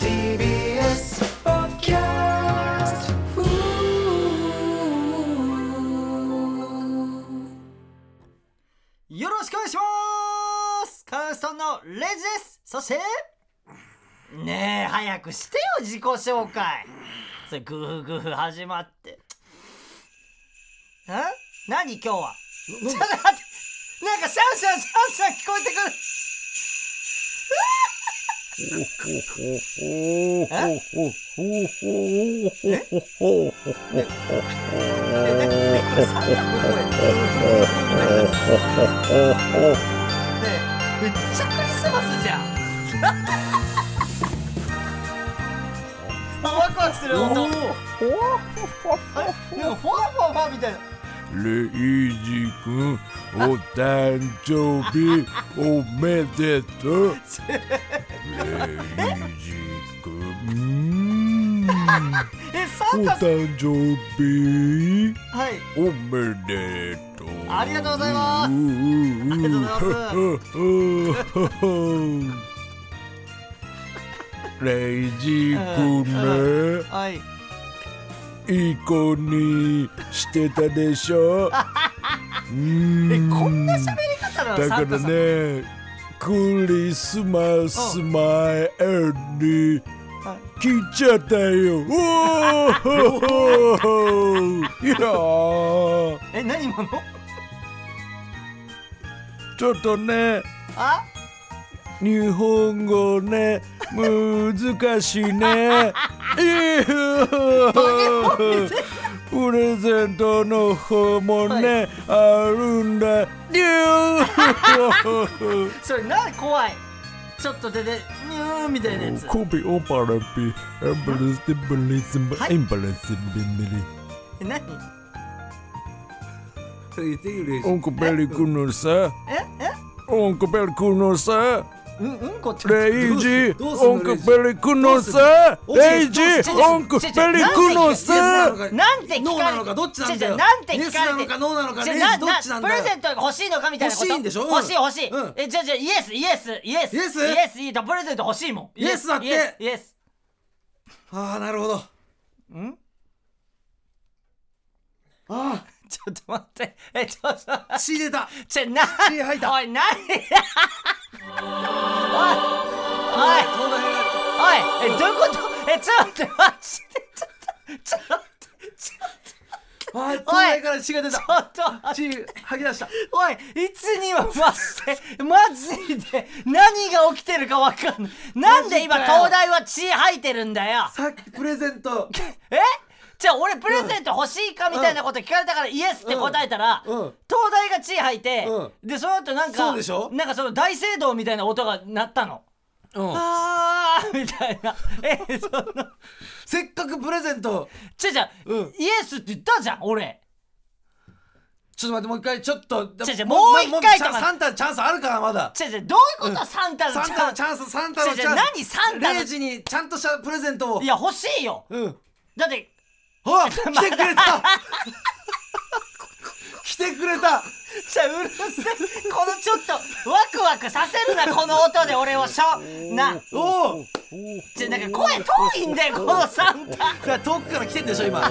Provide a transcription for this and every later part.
TBS Podcast. Ooh. よろしくお願いしますカーストンのレジですそしてねえ早くしてよ自己紹介それグフグフ始まってん何今日はちょっと待ってなんかシャンシャンシャンシャン聞こえてくるねこれサンタの声ねえめっちゃクリスマスじゃんあ ワクワクする音なんかフォワフォワみたいなレイジ君お誕生日おめでとうレイジ君 えおサンタ誕生日はいおめでとうありがとうございますありがとうございいますレイジ君ねはいいい子にしてたでしょ うえーこんな喋り方なのだサかンタらさんねクリスマス前には来ちゃったよおーいやーえ何今のちょっとねあ日本語ね難しい ねいやープレゼントの方もね、あるんだよそれな怖いちょっと出てニューみたいなやつ コピーオパラピエンバレステブリズムはいエンバレスビミリえ何オンコベリ君のさええオンコベリ君のさうんうんこってレイジどうすんのオンコベリ君のさどうすんのレイジどうすんのオンコベリ君のさなんて聞かれてノーなのかどっちなんだ違う違うよなんて聞かイれてエスなのかノーなのかじレゃイあジどなっちなんプだレよゼントが欲しいのかみたいなこと欲しいんでしょうん欲しい欲しい、うんえじゃあじゃあイエスイエスイエスイエスイエスいいとプレゼント欲しいもんイエスだってイエスイエスああなるほどあんあちょっと待ってえちょっと待って血出たちょな血吐いたおい何おいおい東大がおいえどういうことえちょっと待ってちょっとちょっとちょっあー東大から血が出とちたょっと待って血吐き出したおいいつにはマジでマジで何が起きてるかわかんないなんで今マジかよ東大は血吐いてるんだよさっきプレゼントえじゃあ俺プレゼント欲しいかみたいなこと聞かれたからイエスって答えたら、うんうん東大が血吐いて、うんでその後なんかそうでしょなんかその大聖堂みたいな音が鳴ったの。うんあーみたいなえそのせっかくプレゼントちょじゃ、うんイエスって言ったじゃん俺ちょっと待ってもう一回ちょっと違う違うもう一回とかもうサンタのチャンスあるからまだちょじゃどういうこと、サンタのサンタのチャンスサンタのチャンス違う違う何サンタのレイジにちゃんとしたプレゼントをいや欲しいようんだってほら来てくれ た来てくれたじゃうるせえこのちょっとワクワクさせるなこの音で俺をしょなおおじゃなんか声遠いんだよこのサンタだから遠くから来てんでしょ今あ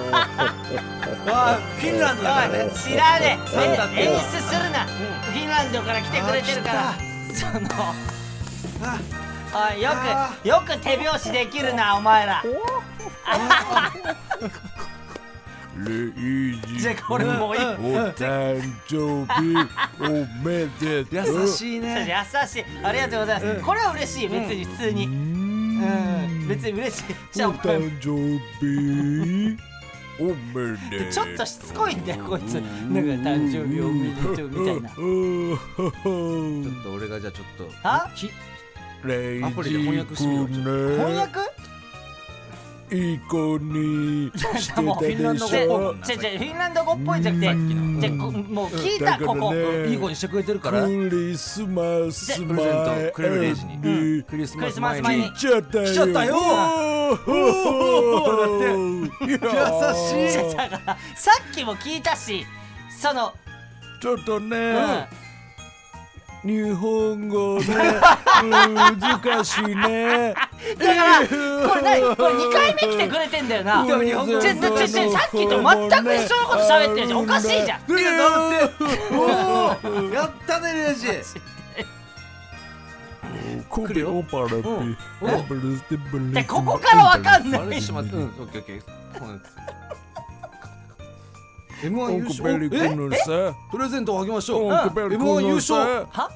あフィンランドだからね知らねえサンタってえ演出するな、フィンランドから来てくれてるからあそのあおいよあくよく手拍子できるなお前らレイジじゃあこれもういい、うんお誕生日おめでとう優しい優ねしいありがとうございます、これは嬉しい別に普通にうん、別に嬉しいじゃあおお前誕生日おめでとうちょっとしつこいんだよこいつなんか誕生日おめでとうみたいなちょっと俺がじゃあちょっとあきレイアプリジで翻訳してみよう君翻ね訳いい子にしてたもうフィンランでドし語ょじゃじゃフィンランド語っぽいんじゃなくてのじゃこもう聞いただからここねいい子にしてくれてるからクリスマスプレゼントくれるレイジに、にクリスクマリススマ前スに前に来ちゃったよ来ちゃったよおーい優やーしいだからさっきも聞いたしそのちょっとね、うん日本語ね難しいねだからこれ何これ2回目来てくれてんだよなでも日本語ちょちょちょちょさっきと全く一緒のこと喋ってるじゃんおかしいじゃんりがとうっておおやったねレイジコペオパラピアブルステブルスでここからわかんなあいれしまってうんオッケーオッケー M1 優オンコベ勝リコえのさプレゼントをあげましょうオンコベリコ M1 優の勝さは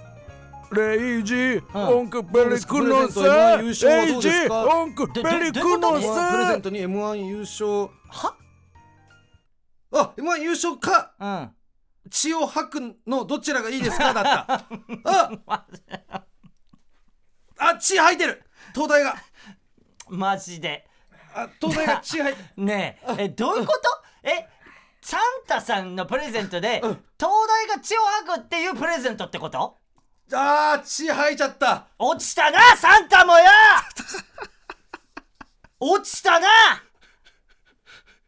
レイジオンコベリコのプレゼント M1 さ優勝はどレイうジですかオンコベリコのプレゼさントに M1 優勝はあ M1 優勝かうん血を吐くのどちらがいいですかだ ったああ血吐いてる東大がマジであ東大が血吐い てるねええどういうことえサンタさんのプレゼントで東大が血を吐くっていうプレゼントってことあー血吐いちゃった落ちたなサンタ もよ落ちたな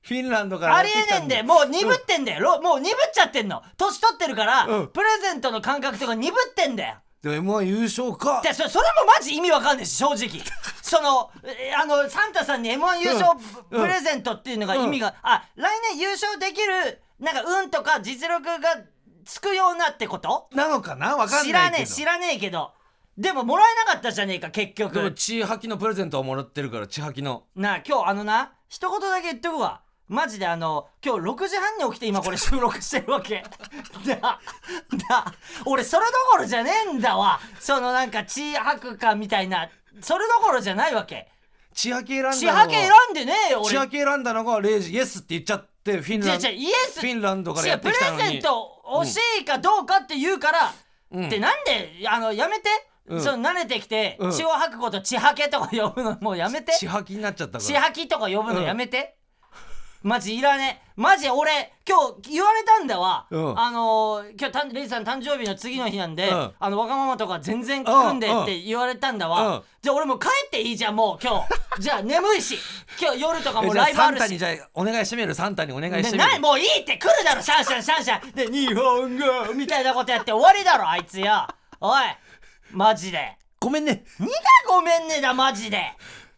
フィンランドからありえねえんだよもう鈍ってんだよ、ろもう鈍っちゃってんの年取ってるから、うんプレゼントの感覚とか鈍ってんだよでも M1 優勝かでそそれもマジ意味わかんないし正 直そのえあのサンタさんに m 1優勝ププレゼントっていうのが意味が、あ来年優勝できるなんか運とか実力がつくようなってことなのかなわかんないけど知らねえ知らねえけどでももらえなかったじゃねえか結でも局血吐きのプレゼントをもらってるから血吐きのなあ今日あのな一言だけ言っとくわマジであの今日6時半に起きて今これ収録してるわけ だだ俺それどころじゃねえんだわそのなんか血吐くかみたいなそれどころじゃないわけ血吐き選んだの血吐け選んでねえよ血俺吐き選んだのがレイジイエスって言っちゃってフィンランド違う違うイエスフィンランドから違やうっプてレきたのにゼント欲しいかどうかって言うから、うんでなんであのやめて、んその慣れてきて、うん血を吐くこと血吐けとか呼ぶのもうやめて血吐きになっちゃったか血ら吐きとか呼ぶのやめて、マジいらねえマジ俺今日言われたんだわ、うんあのー今日たんレイさん誕生日の次の日なんで、うんあのわがままとか全然聞くんでうんって言われたんだうわ、んじゃあ俺もう帰っていいじゃんもう今 日じゃあ眠いし今日夜とかもえじゃあライブあサンるタしにじゃあお願いしてみるサンタにお願いしね、てみなるいもういいって来るだろシャンシャンシャンシャンで日本語みたいなことやって終わりだろあいつよおいマジでごめんね2がごめんねだマジで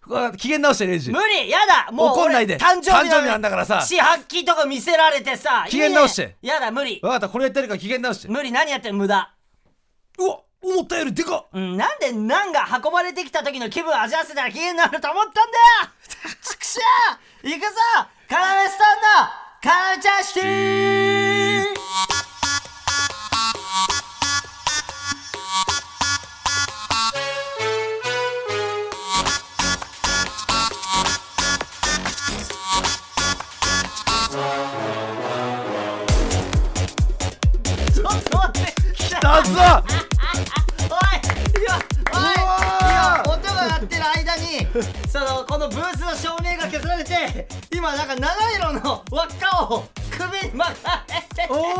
うわ機嫌直してレイジ無理やだもう怒んないで俺誕生日誕生日なんだからさ四八期とか見せられてさ機嫌直していいねやだ無理わかったこれやってるから機嫌直して無理何やってんの無駄うわ思ったよりでかっうん、なんでナンが運ばれてきた時の気分味わせたら機嫌になると思ったんだよちくしゃう行くぞカラメスタンドカラメチャーシティちょっと待って来だぞおいいやおいいや音が鳴ってる間にそのこのブースの照明が消されて今なんか七色の輪っかを首に巻かれてておおおいやめろ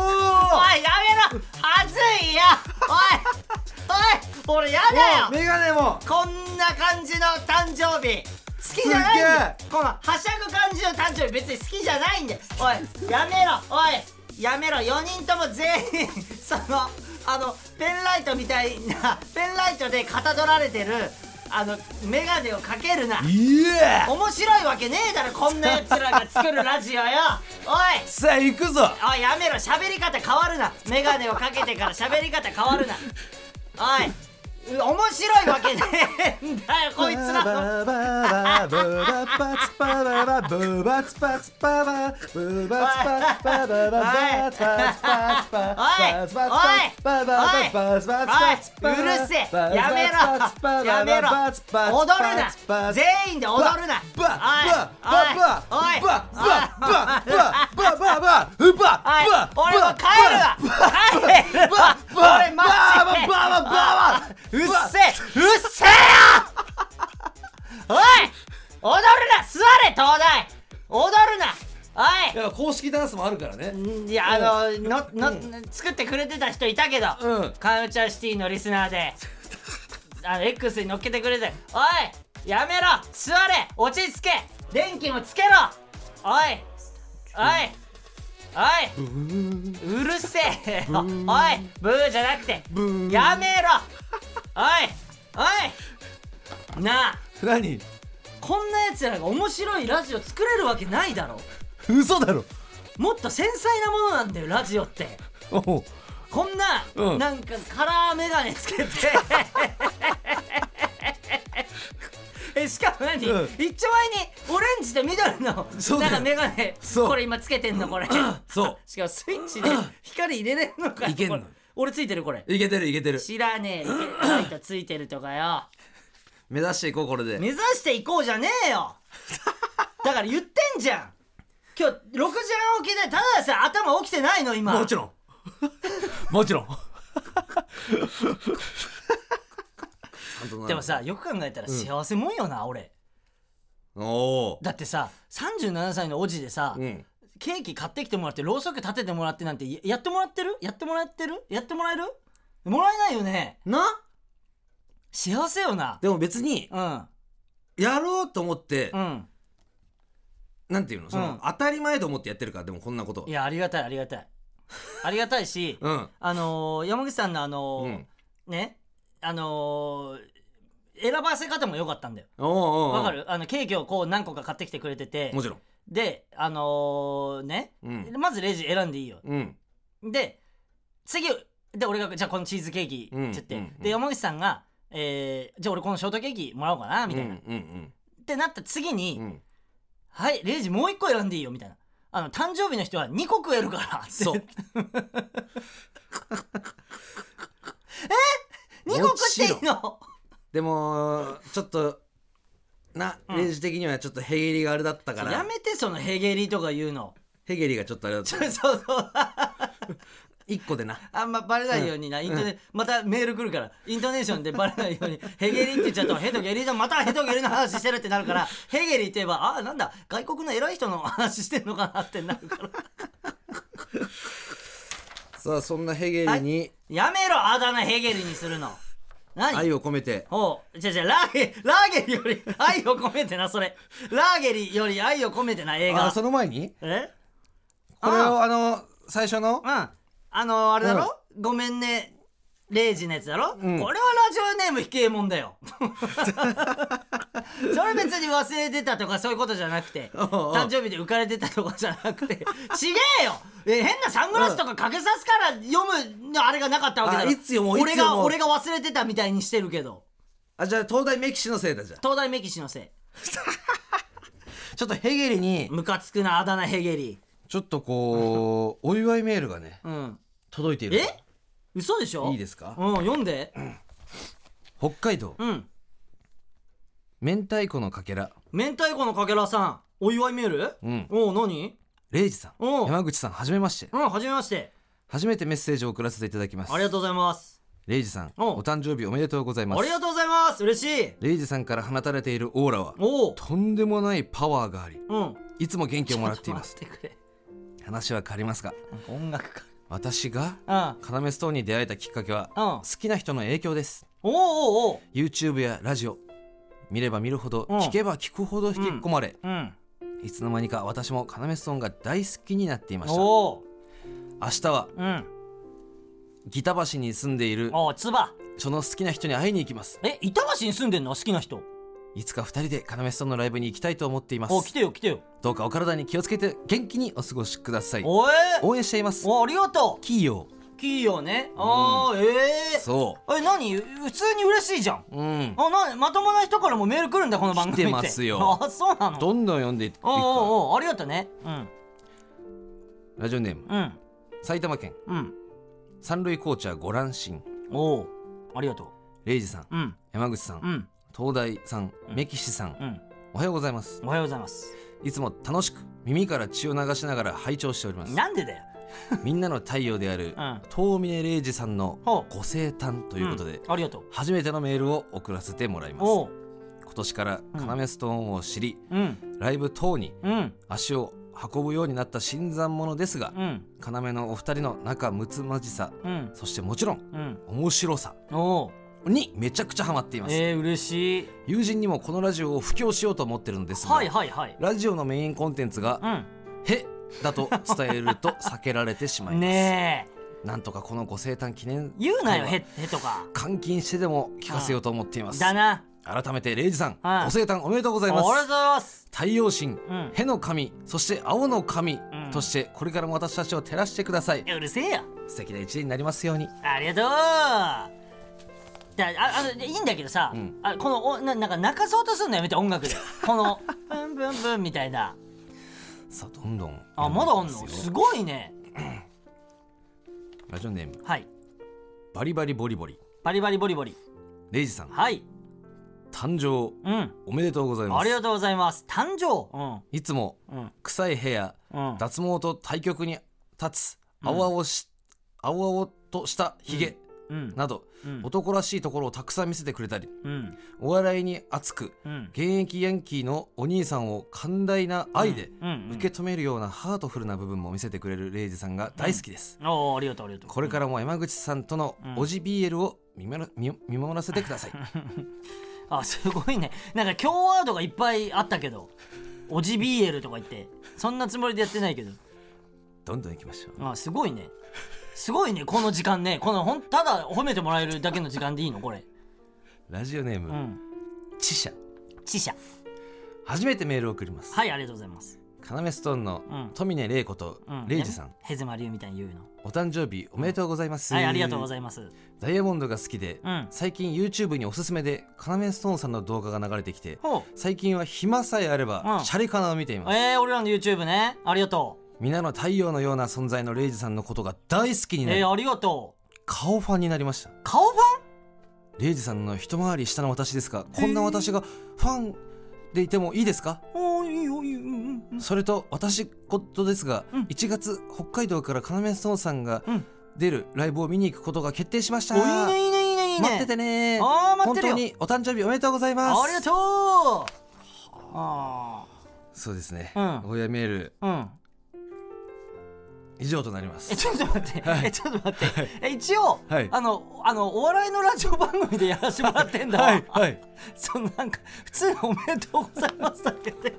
はずいよおいおい俺やだよメガネもこんな感じの誕生日好きじゃないんだよこのはしゃぐ感じの誕生日別に好きじゃないんだよおいやめろおいやめろ4人とも全員 そのあのペンライトみたいな ペンライトでかたどられてるあのメガネをかけるないや面白いわけねえだろこんなやつらが作るラジオよおいさあ行くぞおいやめろ喋り方変わるなメガネをかけてから喋り方変わるなおいう面白いわけねえんだよこいつらのバババババツバババブバツバツババブバツバツババババツバツバツババツバツバババツバツバツおいうるせえやめろやめろ踊るな全員で踊るなおいおいおいおい俺も帰るわ帰るわ俺マジでうっせえうっせえよ おい踊るな座れ東大踊るなおや公式ダンスもあるからねいいやあののの、作ってくれてた人いたけど、うんカウチャーシティのリスナーであの X に乗っけてくれておいやめろ座れ落ち着け電気もつけろおいおいおいうるせえよおいブーじゃなくてやめろおいおいなあ何こんなやつらが面白いラジオ作れるわけないだろ嘘だろもっと繊細なものなんだよラジオっておうこんな、うんなんかカラーメガネつけて えしかも何、うん一丁前にオレンジと緑のそうだなよんかメガネそうこれ今つけてんのこれ そ しかもスイッチ で光入れれんのかよいけんのこれ俺ついてるこれういけてるいけてる知らねえよライトついてるとかよ目指していこうこれで目指していこうじゃね えよだから言ってんじゃん今日6時半起きでただでさえ頭起きてないの今もちろんもちろんでもさよく考えたら幸せもんよな、俺おおだってさ37歳のおじでさ、うんケーキ買ってきてもらってろうそく立ててもらってなんてややってもらってるやってもらってるやってもらえるもらえないよねな幸せよなでも別にうんやろうと思って、うんなんていうのその、うん当たり前と思ってやってるからでもこんなことはいやありがたいありがたいありがたいし、うんあのー山口さんのあのうーんねあのー選ばせ方も良かったんだよおうおうおうわかるあのケーキをこう何個か買ってきてくれててもちろんであのーね、うんまずレジ選んでいいようんで次で俺が「じゃあこのチーズケーキ」ってうん言って、うんうんで山口さんが「えーじゃあ俺このショートケーキもらおうかな」みたいな、うんうんってなった次に「うんうんはいレイジもう一個選んでいいよ」みたいな「あの誕生日の人は2個食え るから」ってそう2個食っていいのでもちょっとなレジ的にはちょっとヘゲリがあれだったから、やめてそのヘゲリとか言うの ヘゲリがちょっとあれだったそうそう1個でなあんまバレないようにな、イントネまたメール来るからイントネーションでバレないように「ヘゲリ」って言っ ちゃうと「ヘドゲリ」だまたヘドゲリの話してるってなるから「ヘゲリ」って言えば「ああなんだ外国の偉い人の話してんのかな」ってなるから さあそんなヘゲリにやめろあだ名ヘゲリにするの何愛を込めて、おうじゃじゃラーゲラーゲリより愛を込めてなそれラーゲリより愛を込めてな映あ画その前にえこれをあの最初のうんあのあれだろ、ごめんねレイジのやつだろ、んこれはラジオネームひけえもんだ よそれ別に忘れてたとかそういうことじゃなくて おうおう誕生日で浮かれてたとかじゃな くて違えよえ変なサングラスとかかけさすから読むあれがなかったわけだろあいつ読もういつ俺読がもう俺が忘れてたみたいにしてるけどあじゃあ東大メキシのせいだじゃあ東大メキシのせいちょっとヘゲリにムカつくなあだ名ヘゲリちょっとこ うお祝いメールがねうん届いているえ嘘でしょいいですかうん読んで北海道うん明太子のかけら明太子のかけらさんお祝いメールうんおう何レイジさんおう山口さんはじめましてうんはじめまして初めてメッセージを送らせていただきますありがとうございますレイジさんおうお誕生日おめでとうございますありがとうございます嬉しいレイジさんから放たれているオーラはおうとんでもないパワーがありうんいつも元気をもらっていまちすょっと待ってく話は変わりますがれ音楽か私がうんカナメストーンに出会えたきっかけはうんおう好きな人の影響ですおうおう YouTube やラジオ見れば見るほどうん聞けば聞くほど引き込まれうんいつの間にか私もカナメストーンが大好きになっていました明おお日はうんギタ橋に住んでいるおうつばその好きな人に会いに行きますえ板橋に住んでんの好きな人いつか二人でカナメストーンのライブに行きたいと思っていまおう来すてよ来てよどうかお体に気をつけて元気にお過ごしくださいおえ応援していますおありがとキーヨうキーよねあーえーそええ何普通に嬉しいじゃんううんあなまともな人からもメール来るんだこの番組って来てますよ あそうなのどんどん読んでいくかおうらおうおうありがとうねうんラジオネームうん埼玉県うん三塁コーチャーご乱心おうありがとレイジさんううん山口さんうん東大さんうんメキシさんうんおはようございますおはようございますいつも楽しく耳から血を流しながら拝聴しておりますなんでだよみんなの太陽であるうん遠峰レイジさんのほうご生誕ということでんありがとう初めてのメールを送らせてもらいますおう今年からカナストーンを知りうんライブ等にうん足を運ぶようになった新参者ですがうん要のお二人の仲睦まじさうんそしてもちろんうん面白さおうにめちゃくちゃハマっています、えー、嬉しい友人にもこのラジオを布教しようと思ってるのですが、はいはいはいラジオのメインコンテンツがうん「へだと伝えると避けられてしまいます、ねなんとかこのご生誕記念え言うなよ会へはへとか監禁してでも聞かせようと思っていますだな改めてレイジさんはいご生誕おめでとうござあいりまがとうございすます太陽神、うんへの神そして青の神、んとしてこれからも私たちを照らしてくださいうるせえよ素敵な一年になりますようにありがとうだああのいいんだけどさ、んあこのおななんか泣かそうとするのやめて音楽でこのブンブンブンみたいなさあどんどんあまだあ読んんのでいきますすよごいねラジオネームはいバリバリボリボリバリバリボリボリレイジさんはい誕生うんおめでとうございますありがとうございます誕生いつもうんうん臭い部屋うん脱毛と対極に立つん青々し、青々としたひげうんなど、うん男らしいところをたくさん見せてくれたりうんお笑いに熱くうん現役ヤンキーのお兄さんを寛大な愛でうんうん受け止めるようなハートフルな部分も見せてくれるレイジさんが大好きです、おーありがとうありがとうこれからも山口さんとのんおじ BL を見まら見見守らせてくださいあすごいねなんか強ワードがいっぱいあったけどオジビーエルとか言ってそんなつもりでやってないけどどんどん行きましょうあすごいねすごいねこの時間ねこのほんただ褒めてもらえるだけの時間でいいのこれラジオネーム、うんチシャ知者初めてメールを送ります、はいありがとうございますカナメストーンのうん富根玲子とうんレイジさん、ねヘズマリュウみたいに言うのお誕生日おめでとうございます、はいありがとうございいますますダイヤモンドが好きで、うん最近 YouTube におすすめでカナメストーンさんの動画が流れてきてほ最近は暇さえあれば、うんシャレカナを見ています、えー、俺らの YouTube ねありがと皆の太陽のような存在のレイジさんのことが大好きうになり、えー、ありがとう顔ファンになりました顔フレイジさんの一回り下の私ですがこんな私がファンでいてもいいですかァンおいいよいいようんうんそれと私事ですが、うん1月北海道から要ストーンさんがうん出るライブを見に行くことが決定しました、おいいねいいねいいねいいね待っててねあー待っ本てる当よにお誕生日おめでとうございますありがとうあそうですね、うん親メールあうん以上となりまえすちょっと待って、えちょっと待って、え一応、はいあのあのお笑いのラジオ番組でやらせてもらってんだわ、はいはい そのなんか普通におめでとうございますだけで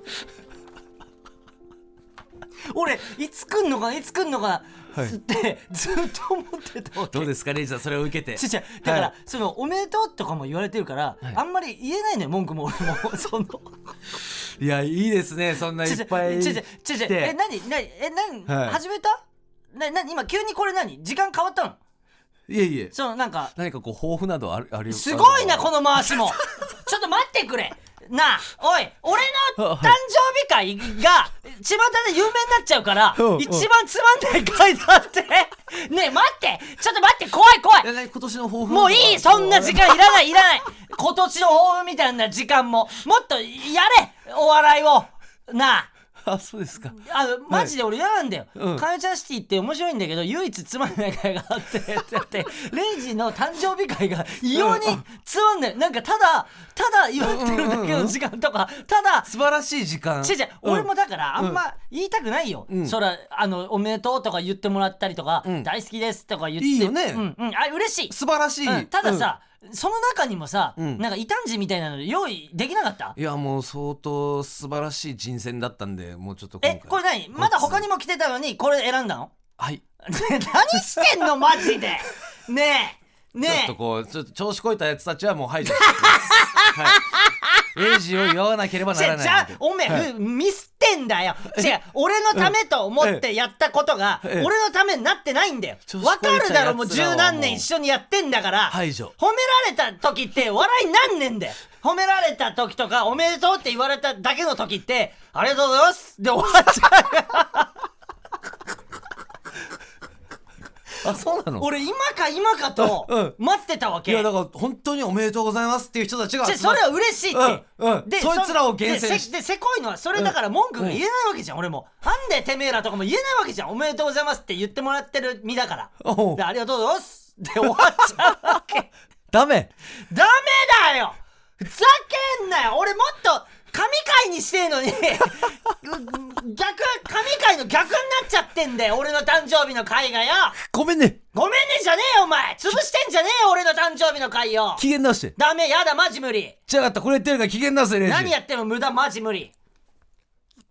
俺いつ来んのかないつ来んのかな、はいってずっと思ってたわけどうですかレイジさんそれを受けてちっちゃいだから、はいそのおめでとうとかも言われてるから、はいあんまり言えないのよ文句も俺も そのいやいいですねそんないちっぱいちょちょちょちょ来てえ何何え何、はい始めたな何今急にこれ何時間変わったのいえいえそのなんか何かこう抱負などあるあるすごいなこのの回しも ちょっと待ってくれなあおい俺の誕生日会が巷で有名になっちゃうからうんうん一番つまんない回だって ねえ待ってちょっと待って怖い怖い今年の抱負もういいそんな時間いらないいらない今年の抱負みたいな時間ももっとやれお笑いをなああそうですかあのマジで俺嫌なんだよ、うんカルチャーシティって面白いんだけど唯一つまんない会があってだ ってレイジの誕生日会が異様につまんないなんかただただ祝ってるだけの時間とかただ素晴らしい時間違う違ううん俺もだからあんま言いたくないよ、うんそらあのおめでとうとか言ってもらったりとか、ん大好きですとか言っていいよねうんうんあ嬉しい素晴らしい、うんたださ、その中にもさ、んなんか異端児みたいなの用意できなかったうん、いやもう相当素晴らしい人選だったんでもうちょっと今え回これ何まだ他にも来てたのにこれ選んだのはいね何してんのマジでねえねちょっえとこうちょっと調子こいたやつたちはもう排除してます、 はい、レイジを祝わなければなじゃらあないじゃあのでおめえ、ふミスってんだよ違う俺のためと思ってやったことがえ俺えのためになってないんだよ調子わこかいたるやつらだはろももうう十何年一緒にやってんだから排除褒められた時って笑いになんねんだよ褒められた時とかおめでとうって言われただけの時ってありがとうございますで終わっちゃうあそうなの俺今か今かと待ってたわけいやだから本当におめでとうございますっていう人たちがじゃあそれは嬉しいって、うんうんそいつらを厳選しでせでせこいのはそれだから文句が言えないわけじゃん、俺もなんでてめえらとかも言えないわけじゃんおめでとうございますって言ってもらってる身だからおうでありがとうございますで終わっちゃうわ けダメダメだよふざけんなよ俺もっと神回にしてえのに う逆神回の逆になっちゃってんだよ俺の誕生日の回がよごめんねごめんねじゃねえよお前潰してんじゃねえよ俺の誕生日の回よ機嫌直してダメやだマジ無理 じゃあかったこれ言ってるから機嫌直せレイジ何やっても無駄マジ無理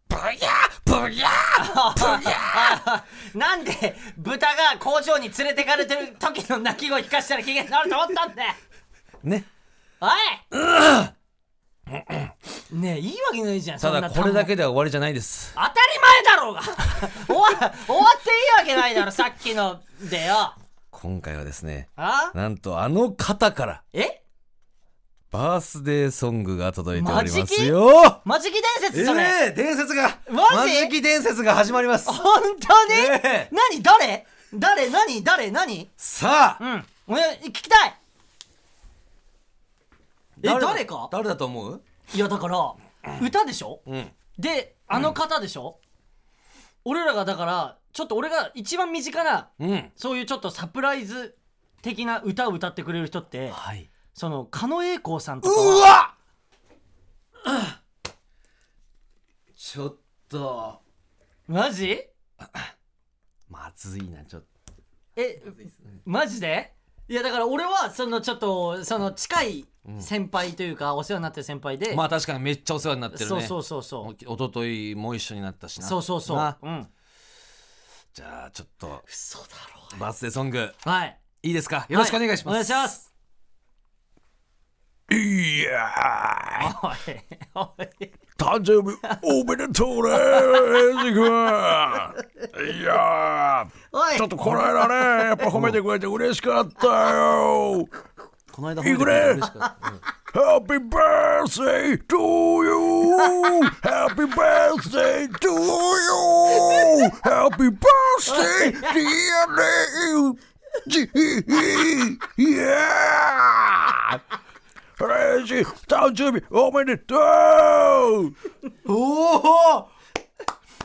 ブヤブブギャ なんで豚が工場に連れてかれてる時の鳴き声聞かしたら機嫌直ると思ったんだよーねおいねえいいわけないじゃんたそんなだ単語これだけでは終わりじゃないです当たり前だろうが 終わ終わっていいわけないだろさっきのでよ今回はですねあなんとあの方からえバースデーソングが届いておりますよマジキ伝説えそれ、え伝説がマジマジキ伝説が始まります本当に、ええ何誰誰何誰何さうあん俺聞きたいえ誰だか誰だと思ういやだから歌でしょうんであの方でしょ、俺らがだからちょっと俺が一番身近なうんそういうちょっとサプライズ的な歌を歌ってくれる人ってはいその狩野英孝さんとうかはわちょっとマジまずいなちょっとえマジでいやだから俺はそのちょっとその近い先輩というかお世話になってる先輩で、まあ確かにめっちゃお世話になってるねそうそうそうそうおとといも一緒になったしなそうそうそうなうんじゃあちょっと嘘だろバースデーソングうはいいいですかよろしくお願いしまはいおす、願いしますいやーおいおい誕生日おめでとうねエイジ君いやーおいちょっとこの間ねやっぱ褒めてくれて嬉しかったよこの間いくねれしかった Happy birthday to you! Happy birthday to you! Happy birthday, dear G! Yeah! レイジ、誕生日おめでとうおお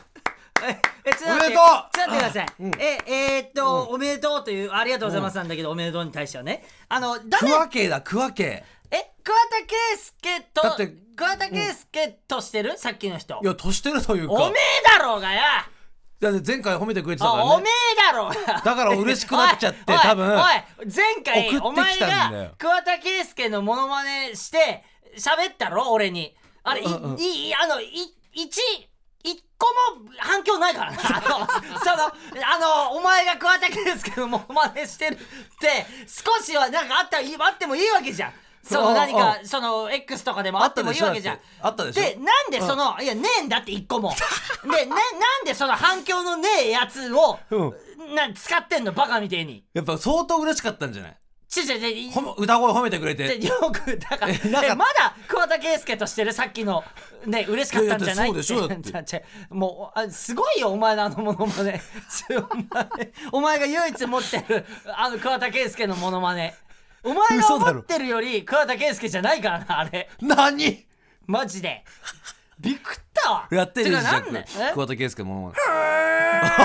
おめでとうえちょっと待ってちょっと待ってください、ええーっと、おめでとうというありがとうございますなんだけど、おめでとうに対してはねあの誰桑家だ、桑家。え桑田佳祐とだって桑田佳祐としてる、さっきの人いや、年してるというか。おめえだろうがよだって前回褒めてくれてたからあおめね。えだろうがだから嬉しくなっちゃっておい多分おい前回送おって前きたんだよが桑田佳祐のモノマネして喋ったろ俺にあれいうんうんいいあのい一一個も反響ない からなあのそのあのお前が桑田佳祐のモノマネしてるって少しはなんかあったいあってもいいわけじゃんそうんうのん何かその X とかでもあってもいいわけじゃんあったでしょだってあったでしょなんでその、いやねえんだって一個も でななんでその反響のねえやつを、な使ってんのバカみてえにやっぱ相当嬉しかったんじゃないちょちょちょいほん歌声褒めてくれて。ちょよくだからえなんかえまだ桑田佳祐としてるさっきのね嬉しかったん じゃないいやいやそうでしょだちょもうあすごいよお前のあのモノマネ ちょお前お前が唯一持ってるあの桑田佳祐のモノマネお前が嘘だろ思ってるより桑田佳祐じゃないからなあれ何マジでびくったわやってるじゃんてかなんだよえ桑田佳祐ものまね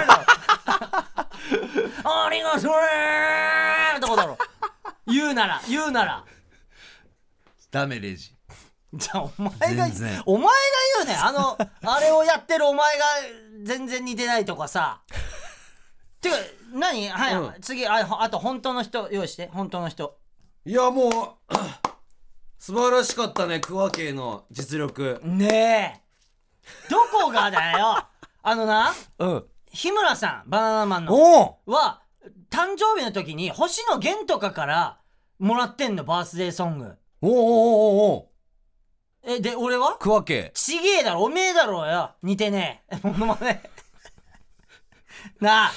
ありがとうねーどこだろう言うなら言うならダメレイジじゃあお前が全然お前が言うねあのあれをやってるお前が全然似てないとかさてか何はい、う次ああと本当の人用意して本当の人いやもう 素晴らしかったね桑家の実力ねえどこがだよあのなうん日村さんバナナマンのおおは誕生日の時に星野源とかからもらってんのバースデーソングおおおおおえで俺は桑家ちげえだろ、おめえだろうよ。似てねえ。 ものまね。なあ、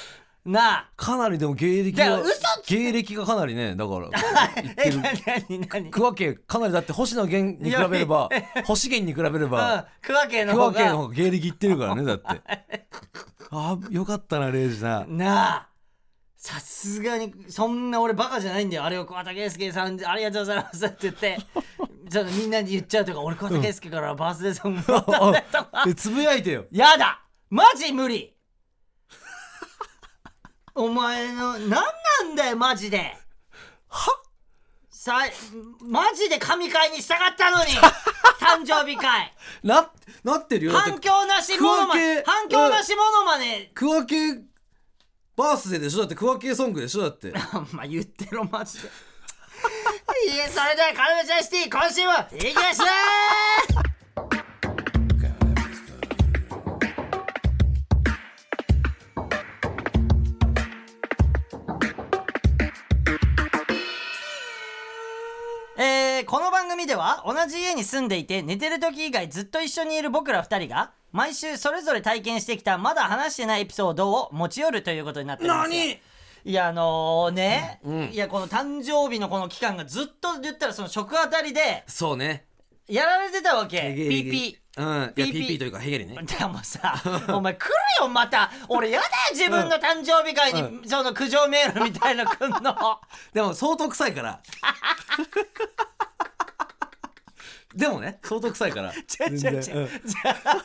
なあ。かなりでも芸歴だかがら嘘つ芸歴がかなりねだ からいってえ、るなになに桑家かなりだって星野源に比べれば星源に比べればクワケの方桑家のが。方が芸歴いってるから ねだってあーよかったなレイジななあ。さすがに、そんな俺バカじゃないんだよ。あれを桑田佳祐さん、ありがとうございますって言 って、ちょっとみんなに言っちゃうとか、俺桑田佳祐からバースデーソン グもらったんだよとか。えつぶやいてよやだマジ無理 お前の何なんだよマジではさマジで神会に従った のに誕生日会ななってるよだって反響なしモノマネ空気反響なしモノマネクワ系バースデーでしょだってクワ系ソングでしょだってあんま言ってろマジでいいえそれではカルメチャシティ今週もいきましょうえーこの番組では同じ家に住んでいて寝てる時以外ずっと一緒にいる僕ら2人が毎週それぞれ体験してきたまだ話してないエピソードを持ち寄るということになってます何いやあのね、いやこの誕生日のこの期間がずっと言ったらその食あたりでそうね。やられてたわけへピげへーげピうーん。いや、ピーピー PP というか、ヘゲリね。でもさ、お前来るよまた俺やだよ自分の誕生日会に、その苦情メールみたいな の来んのでも、相当臭い から。でもね、相当臭いから。違う違う違う全然うんじゃあ合っ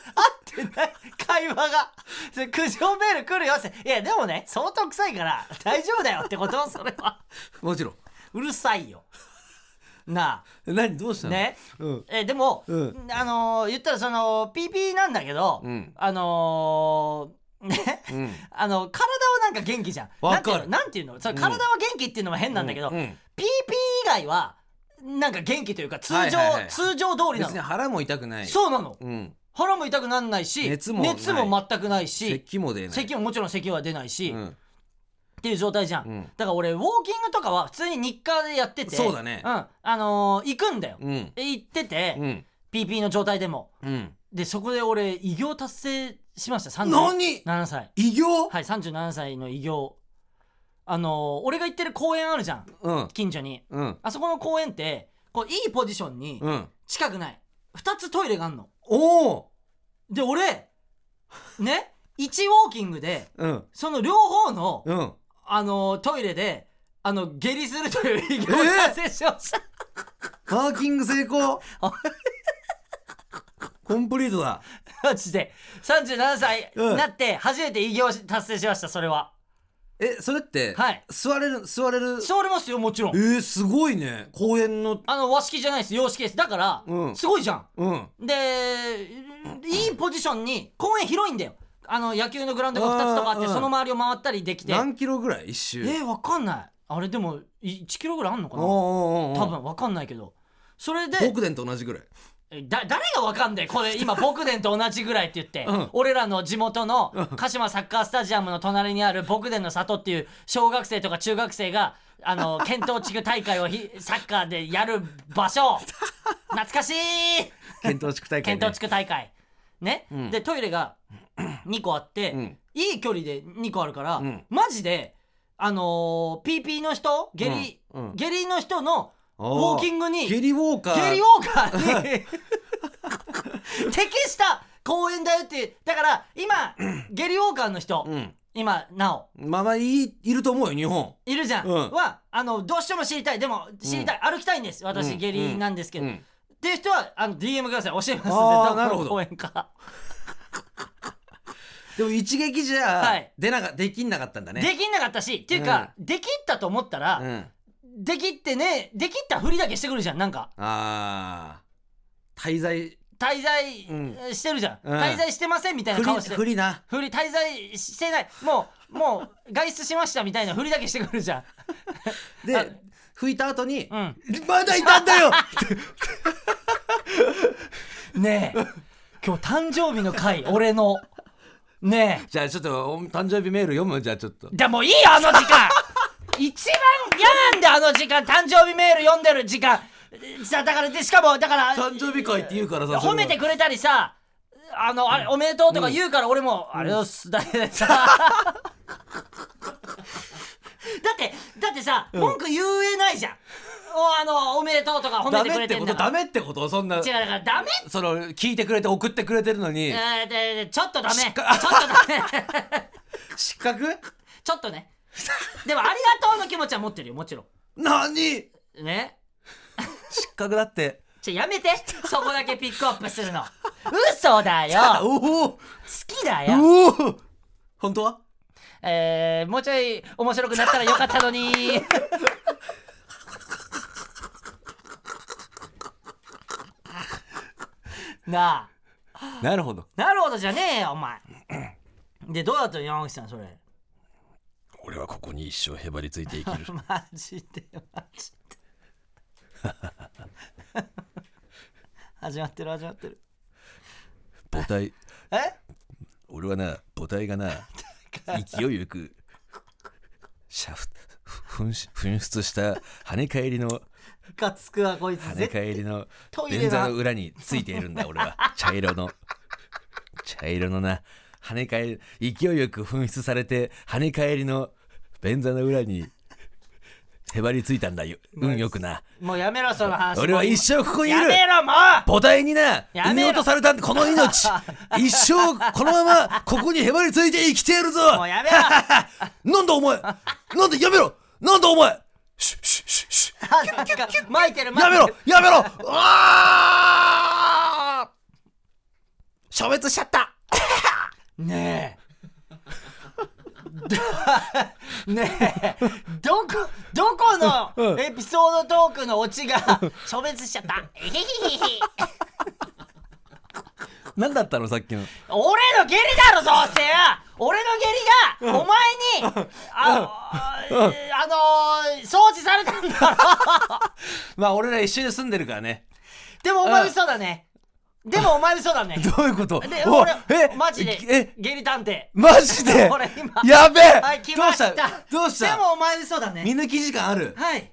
てない会話がそれ苦情メール来るよっていやでもね相当臭いから大丈夫だよってことそれはもちろん。うるさいよな何、どうしたあのね、うんえでも、うんあのー言ったらその PP なんだけど、うんあのーね、うん。あの体はなんか元気じゃん。わかるなんていうのなんていうのそれ体は元気っていうのも変なんだけど、うんうん PP 以外はなんか元気というか通常、はいはいはい通常通りな別にの。腹も痛くない。そうなの。うん。腹も痛くなんないし熱もない全くないし咳も出ない。咳ももちろん咳は出ないし、うっん。ていう状態じゃん、うんだから俺ウォーキングとかは普通に日課でやっててそうだねんあのー行くんだよ、うん。行ってて、うん。 PP の状態でもうん。でそこで俺偉業達成しました37何歳異形はい37歳の偉業あのー俺が行ってる公園あるじゃんうん。近所にうん。あそこの公園ってこういいポジションにうん。近くない2つトイレがあんのおおで俺ね1ウォーキングでうん。その両方の、うん。あのトイレであの下痢するという偉業を達成しました、マーキング成功あ コンプリートだ。マジで37歳うんになって初めて偉業を達成しましたそれはえ、それって、はい座れる、座れる。座れますよもちろんえー、すごいね。公園の、あの和式じゃないです洋式ですだから、うんすごいじゃんうん。でいいポジションに公園広いんだよあの野球のグラウンドが2つとかあってうんうんその周りを回ったりできて何キロぐらい一周。えー、わかんないあれでも1キロぐらいあんのかなおーおーおー多。分わかんないけどそれで北電と同じぐらい。えだ誰がわかんない これ今僕伝と同じぐらいって言って、うん俺らの地元の鹿島サッカースタジアムの隣にある僕伝の里っていう小学生とか中学生が あの県東地区大会をひサッカーでやる 場所懐かしい検討地区大会、県ね。東地区大会ね、んでトイ レが2個あって、うんいい距離で2個あるから、うんマジであのー、PP の人下痢、うんうん下痢の人のウあーォーキングにゲリウォーカー。ゲリウーォーカーに適した公園だよっていうだから今ゲリウォーカーの人、うん。今なおまあまあ、いい、いると思うよ、日本。いるじゃん、うんはあのどうしても知りたいでも知りたい、歩きたいんです私、うん下痢なんですけど、うっんていう人はあの DM ください教えますんであーどなるこほのど公園か、でも一撃じはゃい、出なか、できんなかったんだね。できんなかったしっていうか、できったと思ったら、うん。あできってねできったふりだけしてくるじゃんなんかあー。滞在、滞在うしてるじゃん、うん滞在してませんみたい不な顔して利、不利な。ふり滞在してないもうもう外出しましたみたいなふりだけしてくるじゃんあで、拭いた後に、うんまだいたんだ よねえ今日誕生日の回俺のねじゃあちょっとお誕生日メール読むじゃあちょっとえでもいいよあの時 間一番嫌なんであの時間誕生日メール読んでる時間さだからでしかもだから誕生日会って言うからさ褒めてくれたりさあのあれおめでとうとか言うから俺も、あれをすだけ でさだってだってさ、文句言えないじゃんおあのおめでとうとか褒ダめてくメっれててんこだとかダらメってことそんな違うだからダメその聞いてくれて送ってくれてるのにえーででちょっとダメちょしっっとかダメ 失格ちょっとねでもありがとうの気持ちは持ってるよもちろ何んね失格だってちょやめてそこだけピックアップするの 嘘だあよ好おおきだよおお本当はえー、もうちょい面白くなったらよかったのに なあなるほどなるほどじゃねえよお前でどうだったの山口さんそれ 俺はここに一生へばりついて生きるマジでマジで 始まってる始まってる母体え俺はな母体がな勢いよく煮沸噴し噴出した跳ね返りのかつくわこいつ跳ね絶対返りのトイレだ便座の裏についているん だ俺は茶色の茶色のな跳ね返り勢いよく噴出されて跳ね返りの便座の裏にへばりついたんだ よ運よくなもうやめろその話俺は一緒生ここにいるやめろもう母体になやめろ産み落とされたこの 命一生このままここにへばりついて生きてやるぞもうやめ ろなんだお前なんだやめろなんだお前シュッシュッシュッシュッ巻いてる巻いやてるめろやめろ うわー消滅しちゃったねえねえどこどこのエピソードトークのオチが消滅しちゃったえへへへへ何だったのさっきの俺の下痢だろどうせよ俺の下痢がお前にああの掃除されたんだろまあ俺ら一緒に住んでるからねでもお前嘘だねでもお前嘘だねどういうことでお俺えマジでえ下痢探偵マジで 俺今やべえ、はい来どうまししたたどうしたでもお前嘘だね見抜き時間あるはい。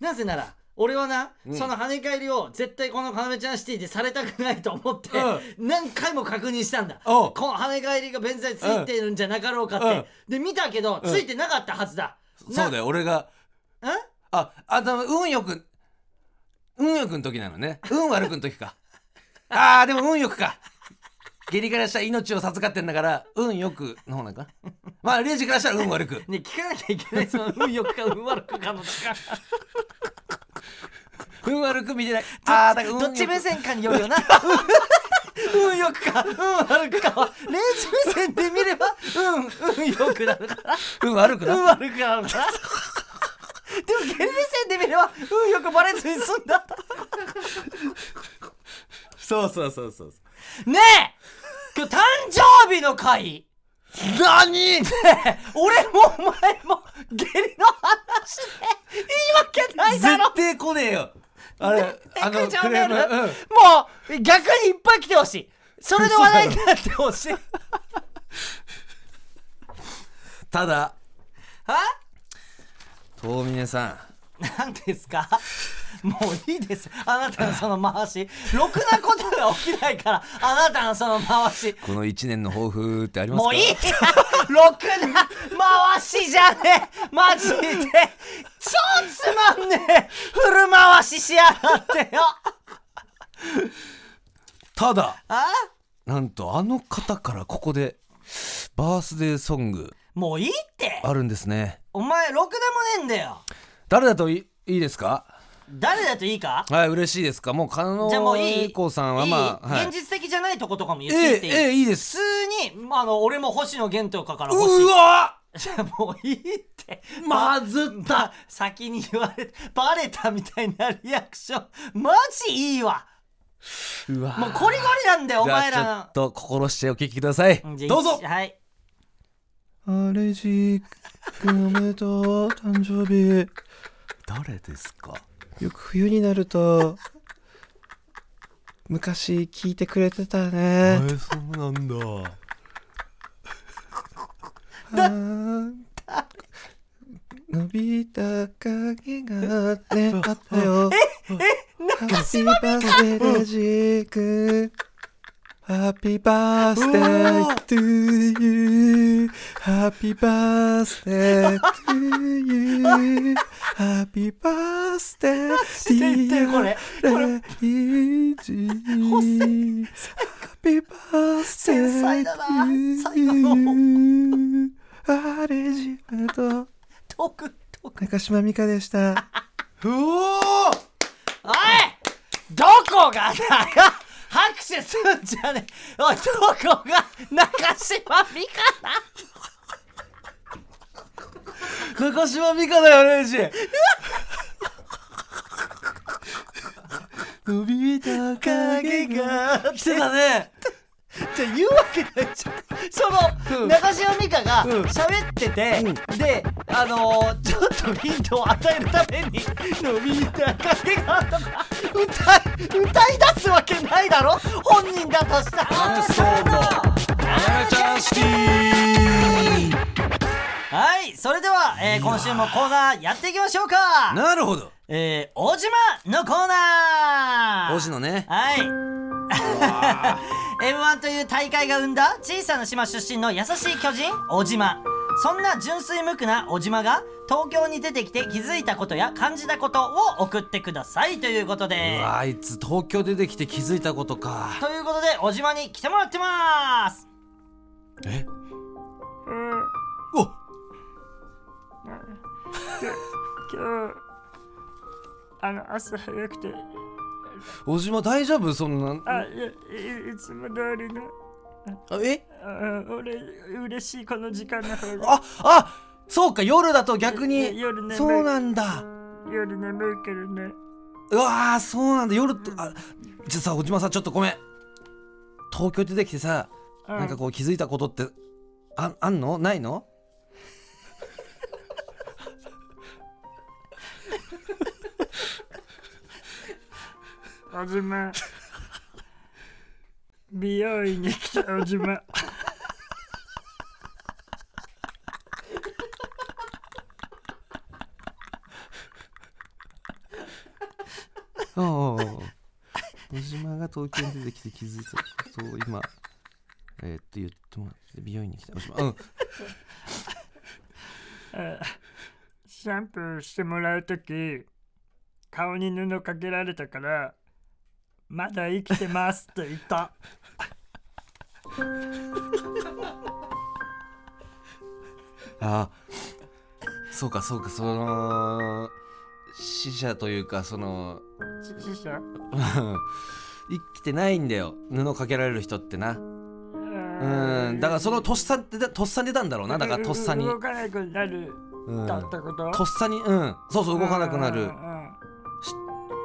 なぜなら、俺はな、その跳ね返りを絶対この要ちゃんシティでされたくないと思って、何回も確認したんだ。おうこの跳ね返りが便座についてるんじゃなかろうかって。うんで、見たけど、ついてなかったはずだ。そうだよ俺がな。んああでも運よく運よくの時なのね運悪くの時 かあーでも運よくか下痢からしたら命を授かってんだから運よくの方なんかなまあレイジからしたら運悪 くね、聞かなきゃいけない、その運良くか運悪くか の違運悪く見てないあーだから運ようどくっち目線かによるよな。運良くか運悪くかは、レース目線で見れば、運、運良くなるから。運悪くな運悪くなるから。でも、ゲル目線で見れば、運よくバレずに済んだ。そうそうそうそうねえ今日誕生日の会何ねえ俺もお前も下痢の話でいいわけないだろ絶対来ねえよあれあの苦情クメレーールム、うんもう逆にいっぱい来てほしいそれで話題になってほしい ただは遠峰さん何ですかもういいですあなたのその回しろくなことが起きないからあなたのその回しこの1年の抱負ってありますかもういいろくな回しじゃねえマジで超つまんねえフル回ししやがってよただあなんとあの方からここでバースデーソングもういいってあるんですねお前ろくでもねえんだよ誰だといいいですか誰だといいかはい嬉しいですかもう加納じゃあもういい英孝さんはいいまあはい現実的じゃないとことかも言っえていいってえいい、ええいいで普す通に、まあ、あの俺も星野源とかから欲しいうわもういいってまずった先に言われバレたみたいなリアクションマジいいわうわもうコリゴリなんだよおじゃあ前ちょらっと心してお聞きくださいのじゃあどうぞ一はいあれじくんおめでとう誕生日誰ですかよく冬になると昔聞いてくれてたねそうなんだあー伸びた影が ねあったよええ中島美香ハッピーバースデーレジー君ハッピーバースデー to you ハッピーバースデー to you ハッピーバースデー言ってるこれイジーハッピーバースデー繊細だな to 最後の you アレジメント遠く遠く中島美嘉でした。うおーおいどこがだよ拍手すんじゃねえおいどこが中島美香だ中島美香だよレイジ伸びた影が来てたね じゃ言うわけないじゃんその中島美嘉が喋ってて、であのー、ちょっとヒントを与えるために「伸びた影が」とか歌い歌い出すわけないだろ本人だとしたらちゃんシティはいそれでは、ええー今週もコーナーやっていきましょうかなるほどえー、おじまのコーナー星野ねはい。M1 という大会が生んだ小さな島出身の優しい巨人、小島。そんな純粋無垢な小島が東京に出てきて気づいたことや感じたことを送ってくださいということでう。わあいつ東京出てきて気づいたことかということで、小島に来てもらってます。えお今日あの朝早くて小島大丈夫そんなあいやいいつも通りのあえあ俺嬉しいこの時間の方がああそうか夜だと逆えに夜眠いそうなんだ夜眠いけどねうわあそうなんだ夜とあじゃあさ小島さんちょっとごめん東京出てきてさうんなんかこう気づいたことってああんのないの 小島美容院に来た小島おうおうおう小島が東京に出てきて気づいたことを今 えーっと言ってもらって美容院に来た小島うんシャンプーしてもらうとき顔に布かけられたからまだ生きてますって言ったあそうかそうかその死者というかその 師匠生きてないんだよ布かけられる人ってなううんだからそのとっさに出たとっさに出たんだろうなだからとっさに、動かなくなるうんだったこととっさにうんそうそう動かなくなうるんうんうん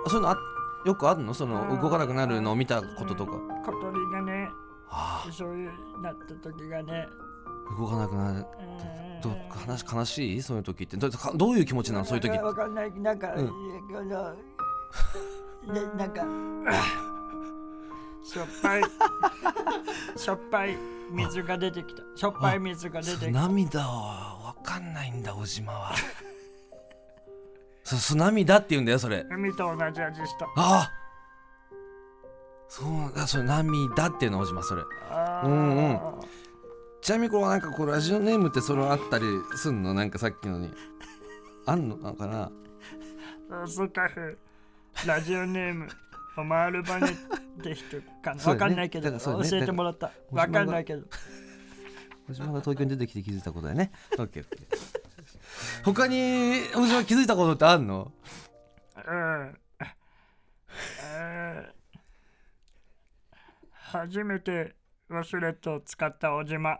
そういうのあよくあるのそうんの動かなくなるのを見たこととか小鳥がねあそういうなった時がねあ動かなくなるうんど悲し悲しいそういう時ってどかどういう気持ちなのそういう時ってわかんないなんか、うんこのでなんか しょっぱいしょっぱい水が出てきたしょっぱい水が出そてうきた涙は分かんないんだ小島は そうそう涙って言うんだよそれ海と同じ味したああそうあそれ涙っていうの小島それあーうんうんちなみにこうなんかこうラジオネームってそれあったりすんのなんかさっきのにあんのだから大阪府ラジオネームオマールバネって人かなそうわだかよねんないけど、だからそうだよね教えてもらっただわからかんないけど小島が東京に出てきて気づいたことだよ ねオッケーオッケー他に小島気づいたことってあんのうんえー初めてウォシュレットを使った小島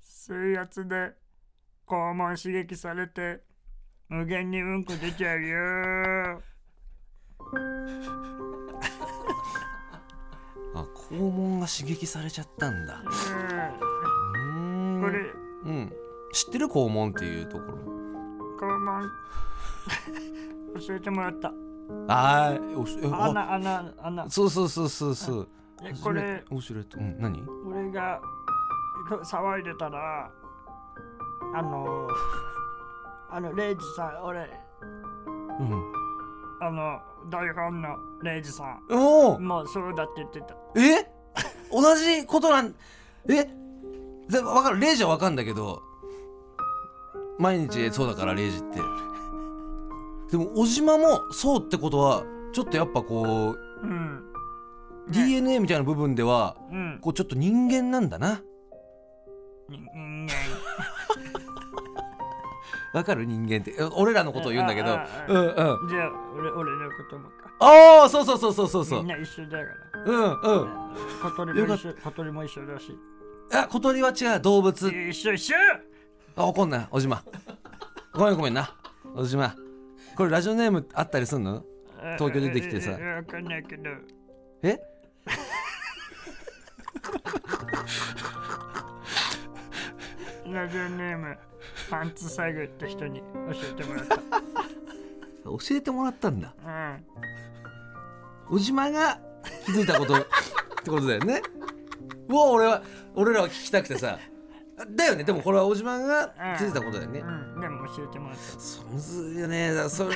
水圧で肛門刺激されて無限にうんこ出ちゃうよーあ肛門が刺激されちゃったんだうーうんんこれうん知ってる肛門っていうところ肛門教えてもらったあーおしえあ穴穴穴そうそうそうそうそうえこれオシュレットうん何俺がこ騒いでたらあの ーあのレイジさん俺うんあの大ファンのレイジさおおんもうそうだって言ってたえ同じことなんえでわかるレイジはわかんだけど毎日そうだからレイジってでも小島もそうってことはちょっとやっぱこううん DNA みたいな部分ではうんこうちょっと人間なんだな人間わかる人間ってえ俺らのことを言うんだけどあああうんうんじゃあ俺俺のこともかああそうそうそうそうそうそみうんな一緒だからうんうん小鳥も一緒小鳥も一緒だしあ小鳥は違う動物一緒一緒あ怒んな小島ごめんごめんな小島これラジオネームあったりすんの東京出てきてさうんうんうんわかんないけどえラジオネームパンツサイグって人に教えてもらった教えてもらったんだうん小島が気づいたこと ってことだよねを俺は俺らは聞きたくてさだよねでもこれは小島が気づいたことだよね、うん、でも教えてもらったそうむずいよねだからそれ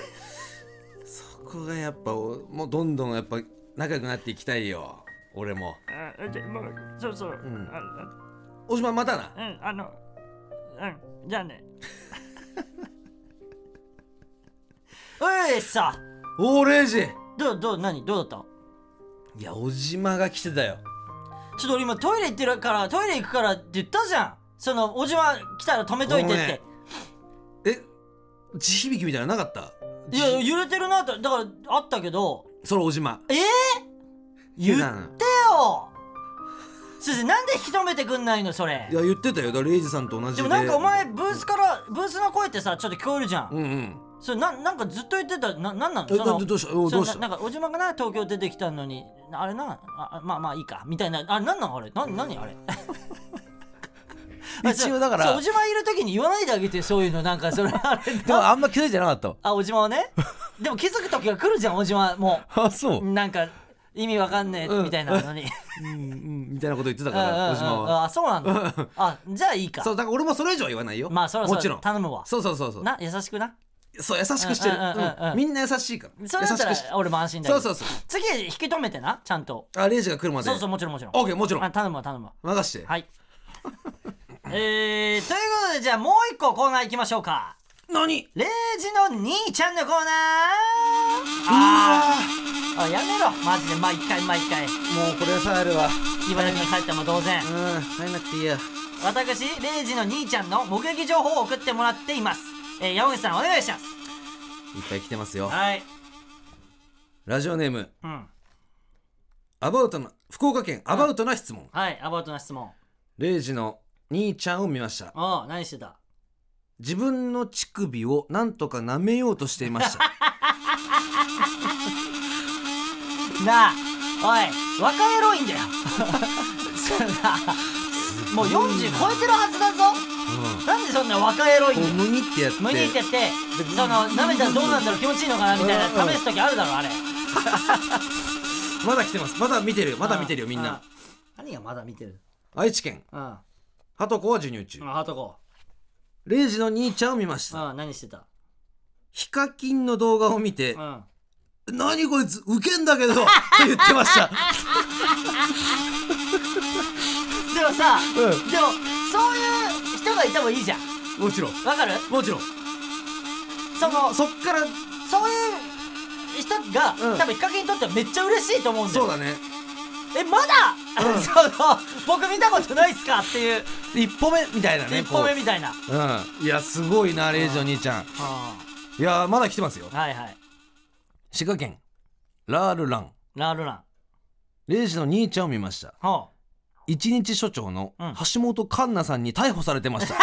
そこがやっぱおもうどんどんやっぱ仲良くなっていきたいよ俺もあえじゃもうそうそう、んあ小島またなあうんあのうんじゃあねういさおおレイジどうどう何どうだっいや小島が来てたよたちょっと俺今トイレ行ってるからトイレ行くからって言ったじゃんそのおじは来たら止めといてってえ地響きみたいなのなかったいや揺れてるなとだからあったけどそれ小島えー、言言っっててたよのよ先生なんで引き止めてくんないのそれいや言ってたよだからレイジさんと同じででもなんかお前ブースからブースの声ってさちょっと聞こえるじゃん、うんうんそれななんかずっと言ってたななんなのえそのどどうしたおそどのうしなたなんかおじまがな東京出てきたのにあれなああまあまあいいかみたいなあれなんなんあれな何あれ一応だからそうおじまいる時に言わないであげてそういうのなんかそれあれでもあんま気づいてなかったあおじまは ねでも気づく時が来るじゃんおじまもあそううなんか意味わかんねえみたいなのに、うんうんみたいなこと言ってたうかんうんうんら小島はあそうなんだあじゃあいいかそうだから俺もそれ以上は言わないよまあそろそもちろろん頼むわそうそうそうそうな優しくなそう優しくしてるうんうんうんうんうんみんな優しいから優それだしったくしら俺も安心だけそどうそうそう次引き止めてなちゃんとあレイジが来るまでそうそうもちろんもちろんオッケーもちろあん頼むわ頼むわ任してはい えー、ということでじゃあもう一個コーナー行きましょうか何レイジの兄ちゃんのコーナーあーあやめろマジで毎回毎回もうこれさあるわ茨城に帰ったも同然うん入んなくていいや私レイジの兄ちゃんの目撃情報を送ってもらっています、えー、山口さんお願いしますいっぱい来てますよはいラジオネームうんアバウトな福岡県アバウトな質問はいアバウトな質問レイジの兄ちゃんを見ましたおう何してた自分の乳首をなんとか舐めようとしていました なあおい若エロいんだよそんなもう40超えてるはずだぞ、なんでそんな若エロいんこだうよむにってやって無理ってやってその舐めたらどうなんだろう気持ちいいのかなみたいな試す時あるだろあれまだ来てますまだ見てるよまだ見てるよみんああな何がまだ見てる愛知県うんあハトコは授乳中ハトコレイジの兄ちゃんを見ましたうん何してたヒカキンの動画を見てうん「何こいつウケんだけ ど」って言ってましたでもさ、でもそういう人がいてもいいじゃんもちろんわかるもちろんそのそっからそういう人が、うん多分ヒカキンにとってはめっちゃ嬉しいと思うんだそようだねえまだ、 その僕見たことないっすかっ ていう一歩目みたいなね一歩目みたいな、こううんいやすごいなレイジの兄ちゃんあいやまだ来てますよーはいはい滋賀県ラールランラールランレイジの兄ちゃんを見ましたほ一日署長のうん橋本環奈さんに逮捕されてま した、う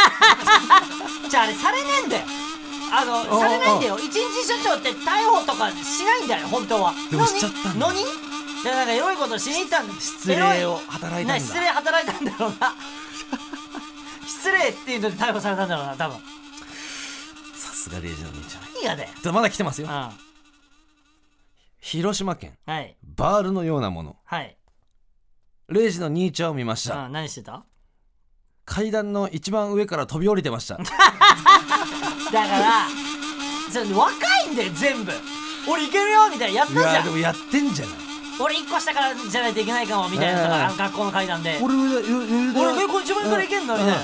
じゃああれされねえんだよあのあされないんだよ一日署長って逮捕とかしないんだよ本当はでもしちゃったんだのにのにいやなんかエロいことしに行ったんだ失礼を働いたんだね失礼働いたんだろうな 失礼っていうので逮捕されたんだろうな多分さすがレイジの兄ちゃんいいやだよでまだ来てますうんよは広島県いバールのようなものはい、レイジの兄ちゃんを見ましうたん、何してた階段の一番上から飛び降りて ましただからそれ若いんだよ全部俺いけるよみたいなやったいじゃやんでもやってんじゃない俺1個下からじゃないといけないかもみたいなうんとかあの学校の階段で俺よよ俺結構自分からいけんのみたいうなん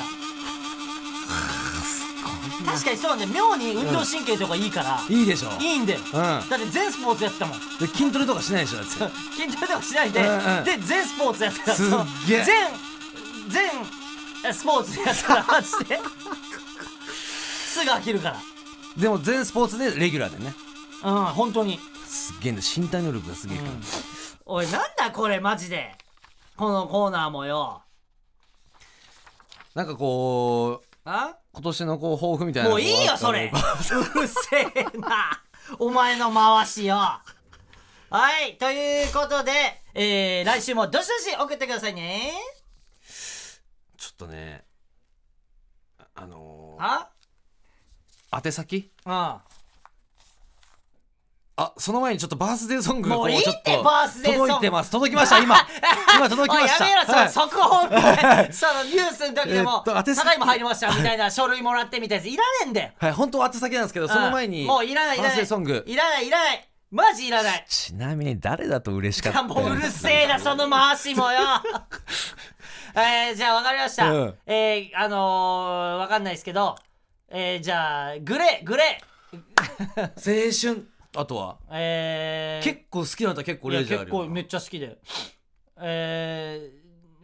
確かにそうね妙に運動神経とかいいからいいでしょいいんだようんだって全スポーツやってたもんで筋トレとかしないでしょだ って筋トレとかしないでうんうんで全スポーツやってたすっげえそう全全スポーツやってたマ ジですぐ飽きるかでも全スポーツでレギュラーでねらうん本当にすっげえね身体能力がすげえから、おいなんだこれマジでこのコーナーもよなんかこうあ今年のこう抱負みたいなものうがいいよそれ うるせえなお前の回しよはいということで、えー、来週もどしどし送ってくださいねちょっとねああのーあ宛先うんあ、その前にちょっとバースデーソングがもこうういいってちょっとバースデーソング届いてます。届きまし た、今。今届きおいやました。めろ、はいその速報みた いな、そのニュースの時でえもっ、と宛先ただいま入りましたみたいな書類もらってみたいなやつ、いらねえんだよ。はい、本当は宛先なんですけど、そのう前に、んもういらない、いらバースなデい。ーソング。いらない、いらない。マジいらない。ちなみに誰だと嬉しかったもううるせえな、その回し もよ。えー、じゃあ分かりました。うんえー、あのー、分かんないですけど、えー、じゃあ、グレー、グレー。青春。あとは、えー、結構好きな歌結構いやレジャーあ結るよ構なめっちゃ好きでえ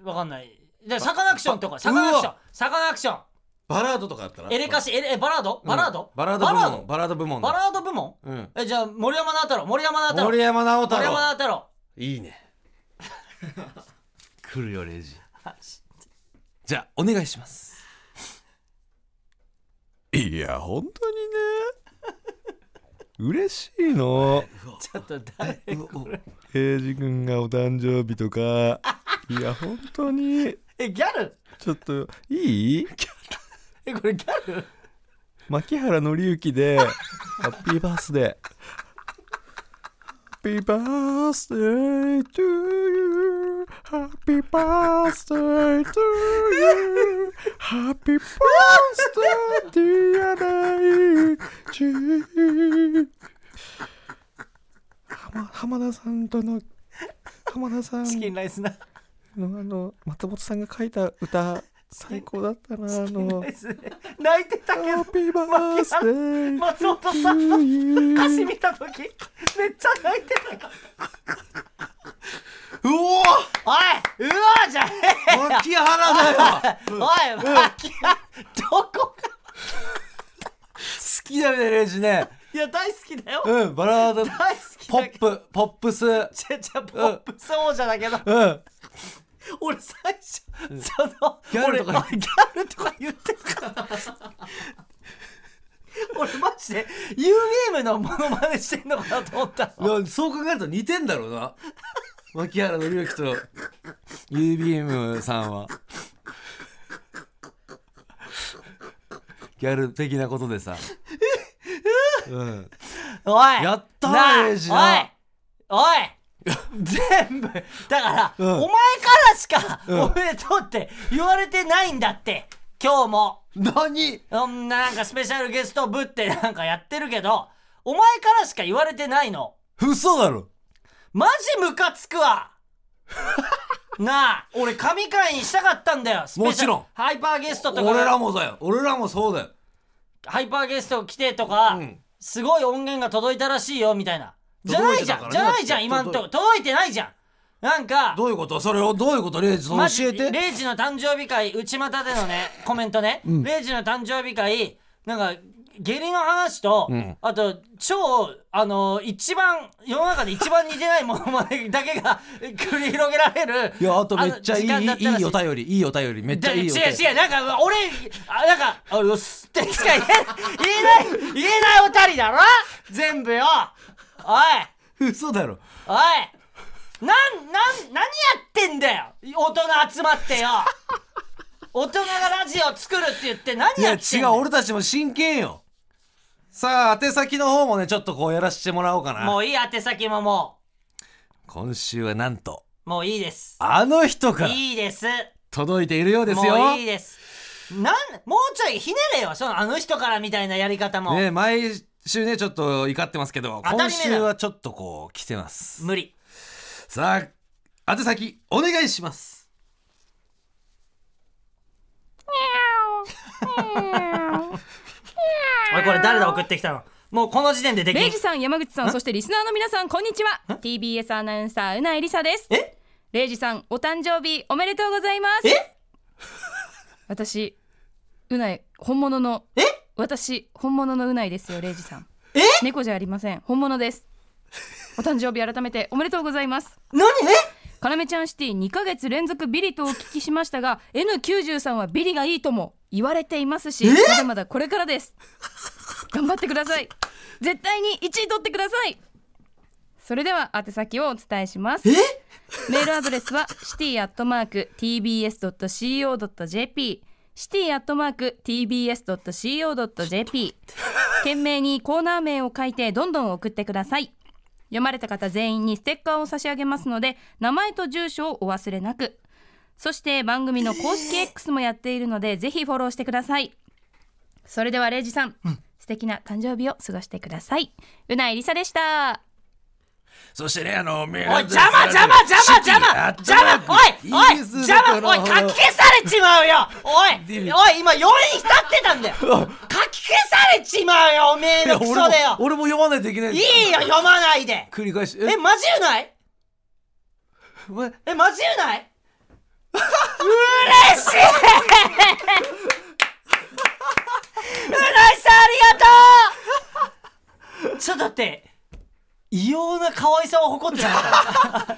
ー、わかんないでサカナクションとかサうカわナクションサカナクションバラードとかだったらエレカシシエレえバラードバラード、バラードバ部ラー門ドバラード部門バラード部門うんえじゃあ森山直太朗森山直太朗森山直太森山直朗太朗いいね来るよレイジじゃあお願いしますいや本当にね嬉しいの ちょっと誰レイジ君がお誕生日とかいや本当にえギャルちょっといいえこれギャル牧原紀之で「ハッピーバースデー」「ハッピーバースデー to you」「ハッピーバースデー to you」「ハッピーバースデー DNA 浜浜田さんとの浜田さんチキンライスなのあの松本さんが書いた歌最高だったなあのライス泣いてた「ハけどッピーバースデー」松本さんの歌詞見た時めっちゃ泣いてたか うおおいうわじゃねえよ牧原だよ おい、マキア、どこか。好きだねレイジねいや、大好きだよ。うんバラード大好きポだけッど。プポップスうちゃちゃ、ポップそうじゃだけど、ん俺最初、その、ギャルとか俺ギャルとか言ってるから。俺マジで UM のモノマネしてんのかなと思ったのいやそう考えると似てんだろうな 牧原紀之と UBM さんはギャル的なことでさうんおいやったななあレイジなおいおい 全部だから、んお前からしか、んおめでとうって言われてないんだって今日も何そんななんかスペシャルゲストぶってなんかやってるけど、お前からしか言われてないの。嘘だろマジムカつく わなあ、俺神回にしたかったんだよ。スペシャルもちろんハイパーゲストとか、俺らもだよ俺らもそうだよハイパーゲスト来てとか、んすごい音源が届いたらしいよ、みたいな。じゃな届いいじてゃたかん、じらねゃないじゃん、今んとこ。届いてないじゃん。なんか、どういうことそれをどういうことレイジそのまず教えてレイジの誕生日会内股でのね コメントね、レイジの誕生日会なんか下痢の話と、んあと超あの一番世の中で一番似てないものまでだけが 繰り広げられるいやあとめっちゃいあの時間だっいたらいしいいお便りいいお便りめっちゃだいいお違う便り違うなんか俺あなんか「あよす」ってしか言えない言えない言えないおたりだろ全部よおい嘘だろおいなんなん何やってんだよ大人集まって よ大人がラジオ作るって言って何いややっ違てんうだよ俺たちも真剣よさあ宛先の方もねちょっとこうやらせてもらおうかもなういい宛先もも今週はなんとうもういいですあの人からいいです届いているようですよもういいですなんもうちょいひねれよそのあの人からみたいなやり方も、ね毎週ねちょっと怒ってますけど当た今り前だ週はちょっとこう来てます無理さあ宛先お願いしますおいこれ誰だ送ってきたのもうこの時点でできレイんジさん山口さんそしてリスナーの皆さんこんにちは TBS アナウンサーうなえりさですえレイジさんお誕生日おめでとうございますえ私うない本物のえ私本物のうないですよレイジさんえ猫じゃありません本物ですお誕生日改めておめでとうございます何えカラメちゃんシティ2ヶ月連続ビリとお聞きしましたが N93 はビリがいいとも言われていますしまだまだこれからです頑張ってください絶対に1位取ってくださいそれでは宛先をお伝えしますえメールアドレスは city.tbs.co.jp city.tbs.co.jp 件名にコーナー名を書いてどんどん送ってください読まれた方全員にステッカーを差し上げますので名前と住所をお忘れなくそして番組の公式 X もやっているのでぜひフォローしてくださいそれではレイジさん、素敵な誕生日を過ごしてくださいうないりさでしたそしてね、あの、お邪おい邪魔邪魔邪魔邪魔邪魔おいおい邪魔おいかき消されちまうよおいおい今余韻浸ってたん だよかき消されちまうよおめえのクソだよ俺も読まないといけないいいよ読まないで繰り返しえマジうないお前えマジうない嬉しいうないさんありがとうちょっと待って異様な可愛さを誇ってなかった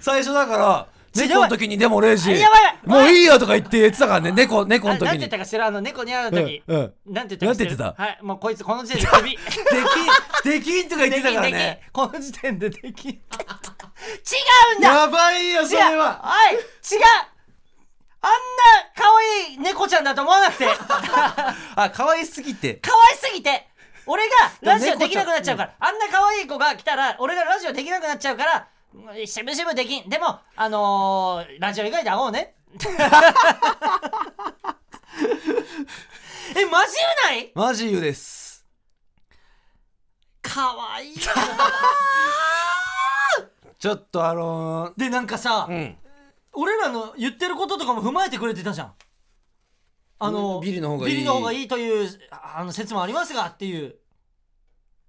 最初だから違う猫の時にでもレイジやばいもういいよとか言って言ってたからね猫猫のあ時なんてに言った敵か知らんあの猫に会う時、うんうんなんて言ったか知らんなんて言ってたはいもうこいつこの時点でクビ敵とか言ってたからねこの時点でできん違うんだやばいよそ違うれははい違うあんな可愛い猫ちゃんだと思 わなくて可あ可愛すぎて愛すぎて俺がラジオできなくなっちゃうから、あんな可愛い子が来たら俺がラジオできなくなっちゃうからうんしぶしぶできんでもあのー、ラジオ以外で会おう ねえマジうないマジ言うですかわいいちょっとあのでなんかさ、ー、うん俺らの言ってることとかも踏まえてくれてたじゃんあの、うんビリの方がいいビリの方がいいというあの説もありますがっていう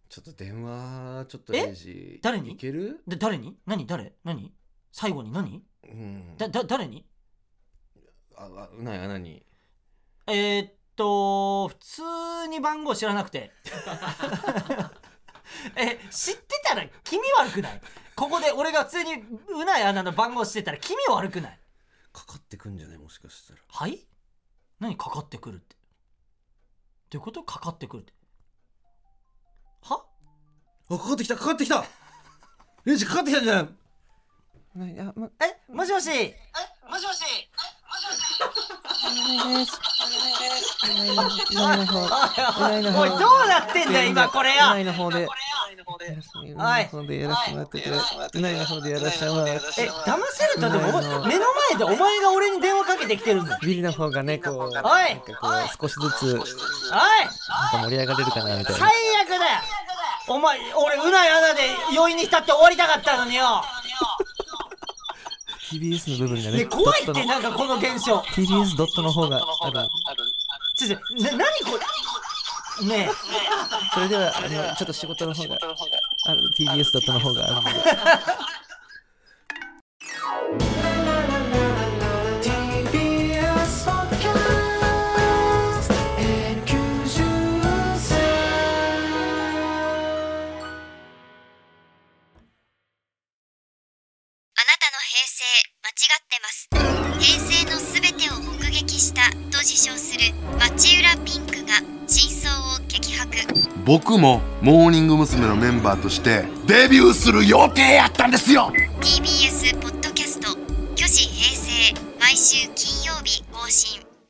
ちょっと電話ちょっとえレイジ誰にいけるで誰に何誰何最後に何うんだだ誰にああ何や何えー、っと普通に番号知らなくて え知ってたら気味悪くないここで俺が普通にうないアナの番号知ってたら気味悪くないかかってくんじゃねもしかしたらはい何かかってくるってどういうことかかってくるってはあかかってきたかかってきたレイジかかってきたんじゃないあ、ま、えも しもしおいどうなってんだよ今これようないの方で。うないの方でやらせてもらってくれ。うないの方でやらせてもらって。え騙せるとでもお前目の前でお前が俺に電話かけてきてるんだよビリの方がね、こう、なんかおいこう、少しずつ、なんおいか盛り上がれるかな、みたい最な。悪だよお前俺うない穴で余韻に浸って終わりたかったのによ TBS の部分がねね、怖いっドットての、なんかこの現象 TBS ドットの方がある。ちょちょな何これねえそれでは、あの、ちょっと仕事の方が、あの、TBS ドットの方があるので。 TBS ポッドキャスト N93 あなたの平成間違ってます平成のすべてを目撃したと自称する町浦ピンクが真相を激白僕もモーニング娘。のメンバーとしてデビューする予定やったんですよ TBS ポッドキャスト「虚子平成」毎週金曜日更新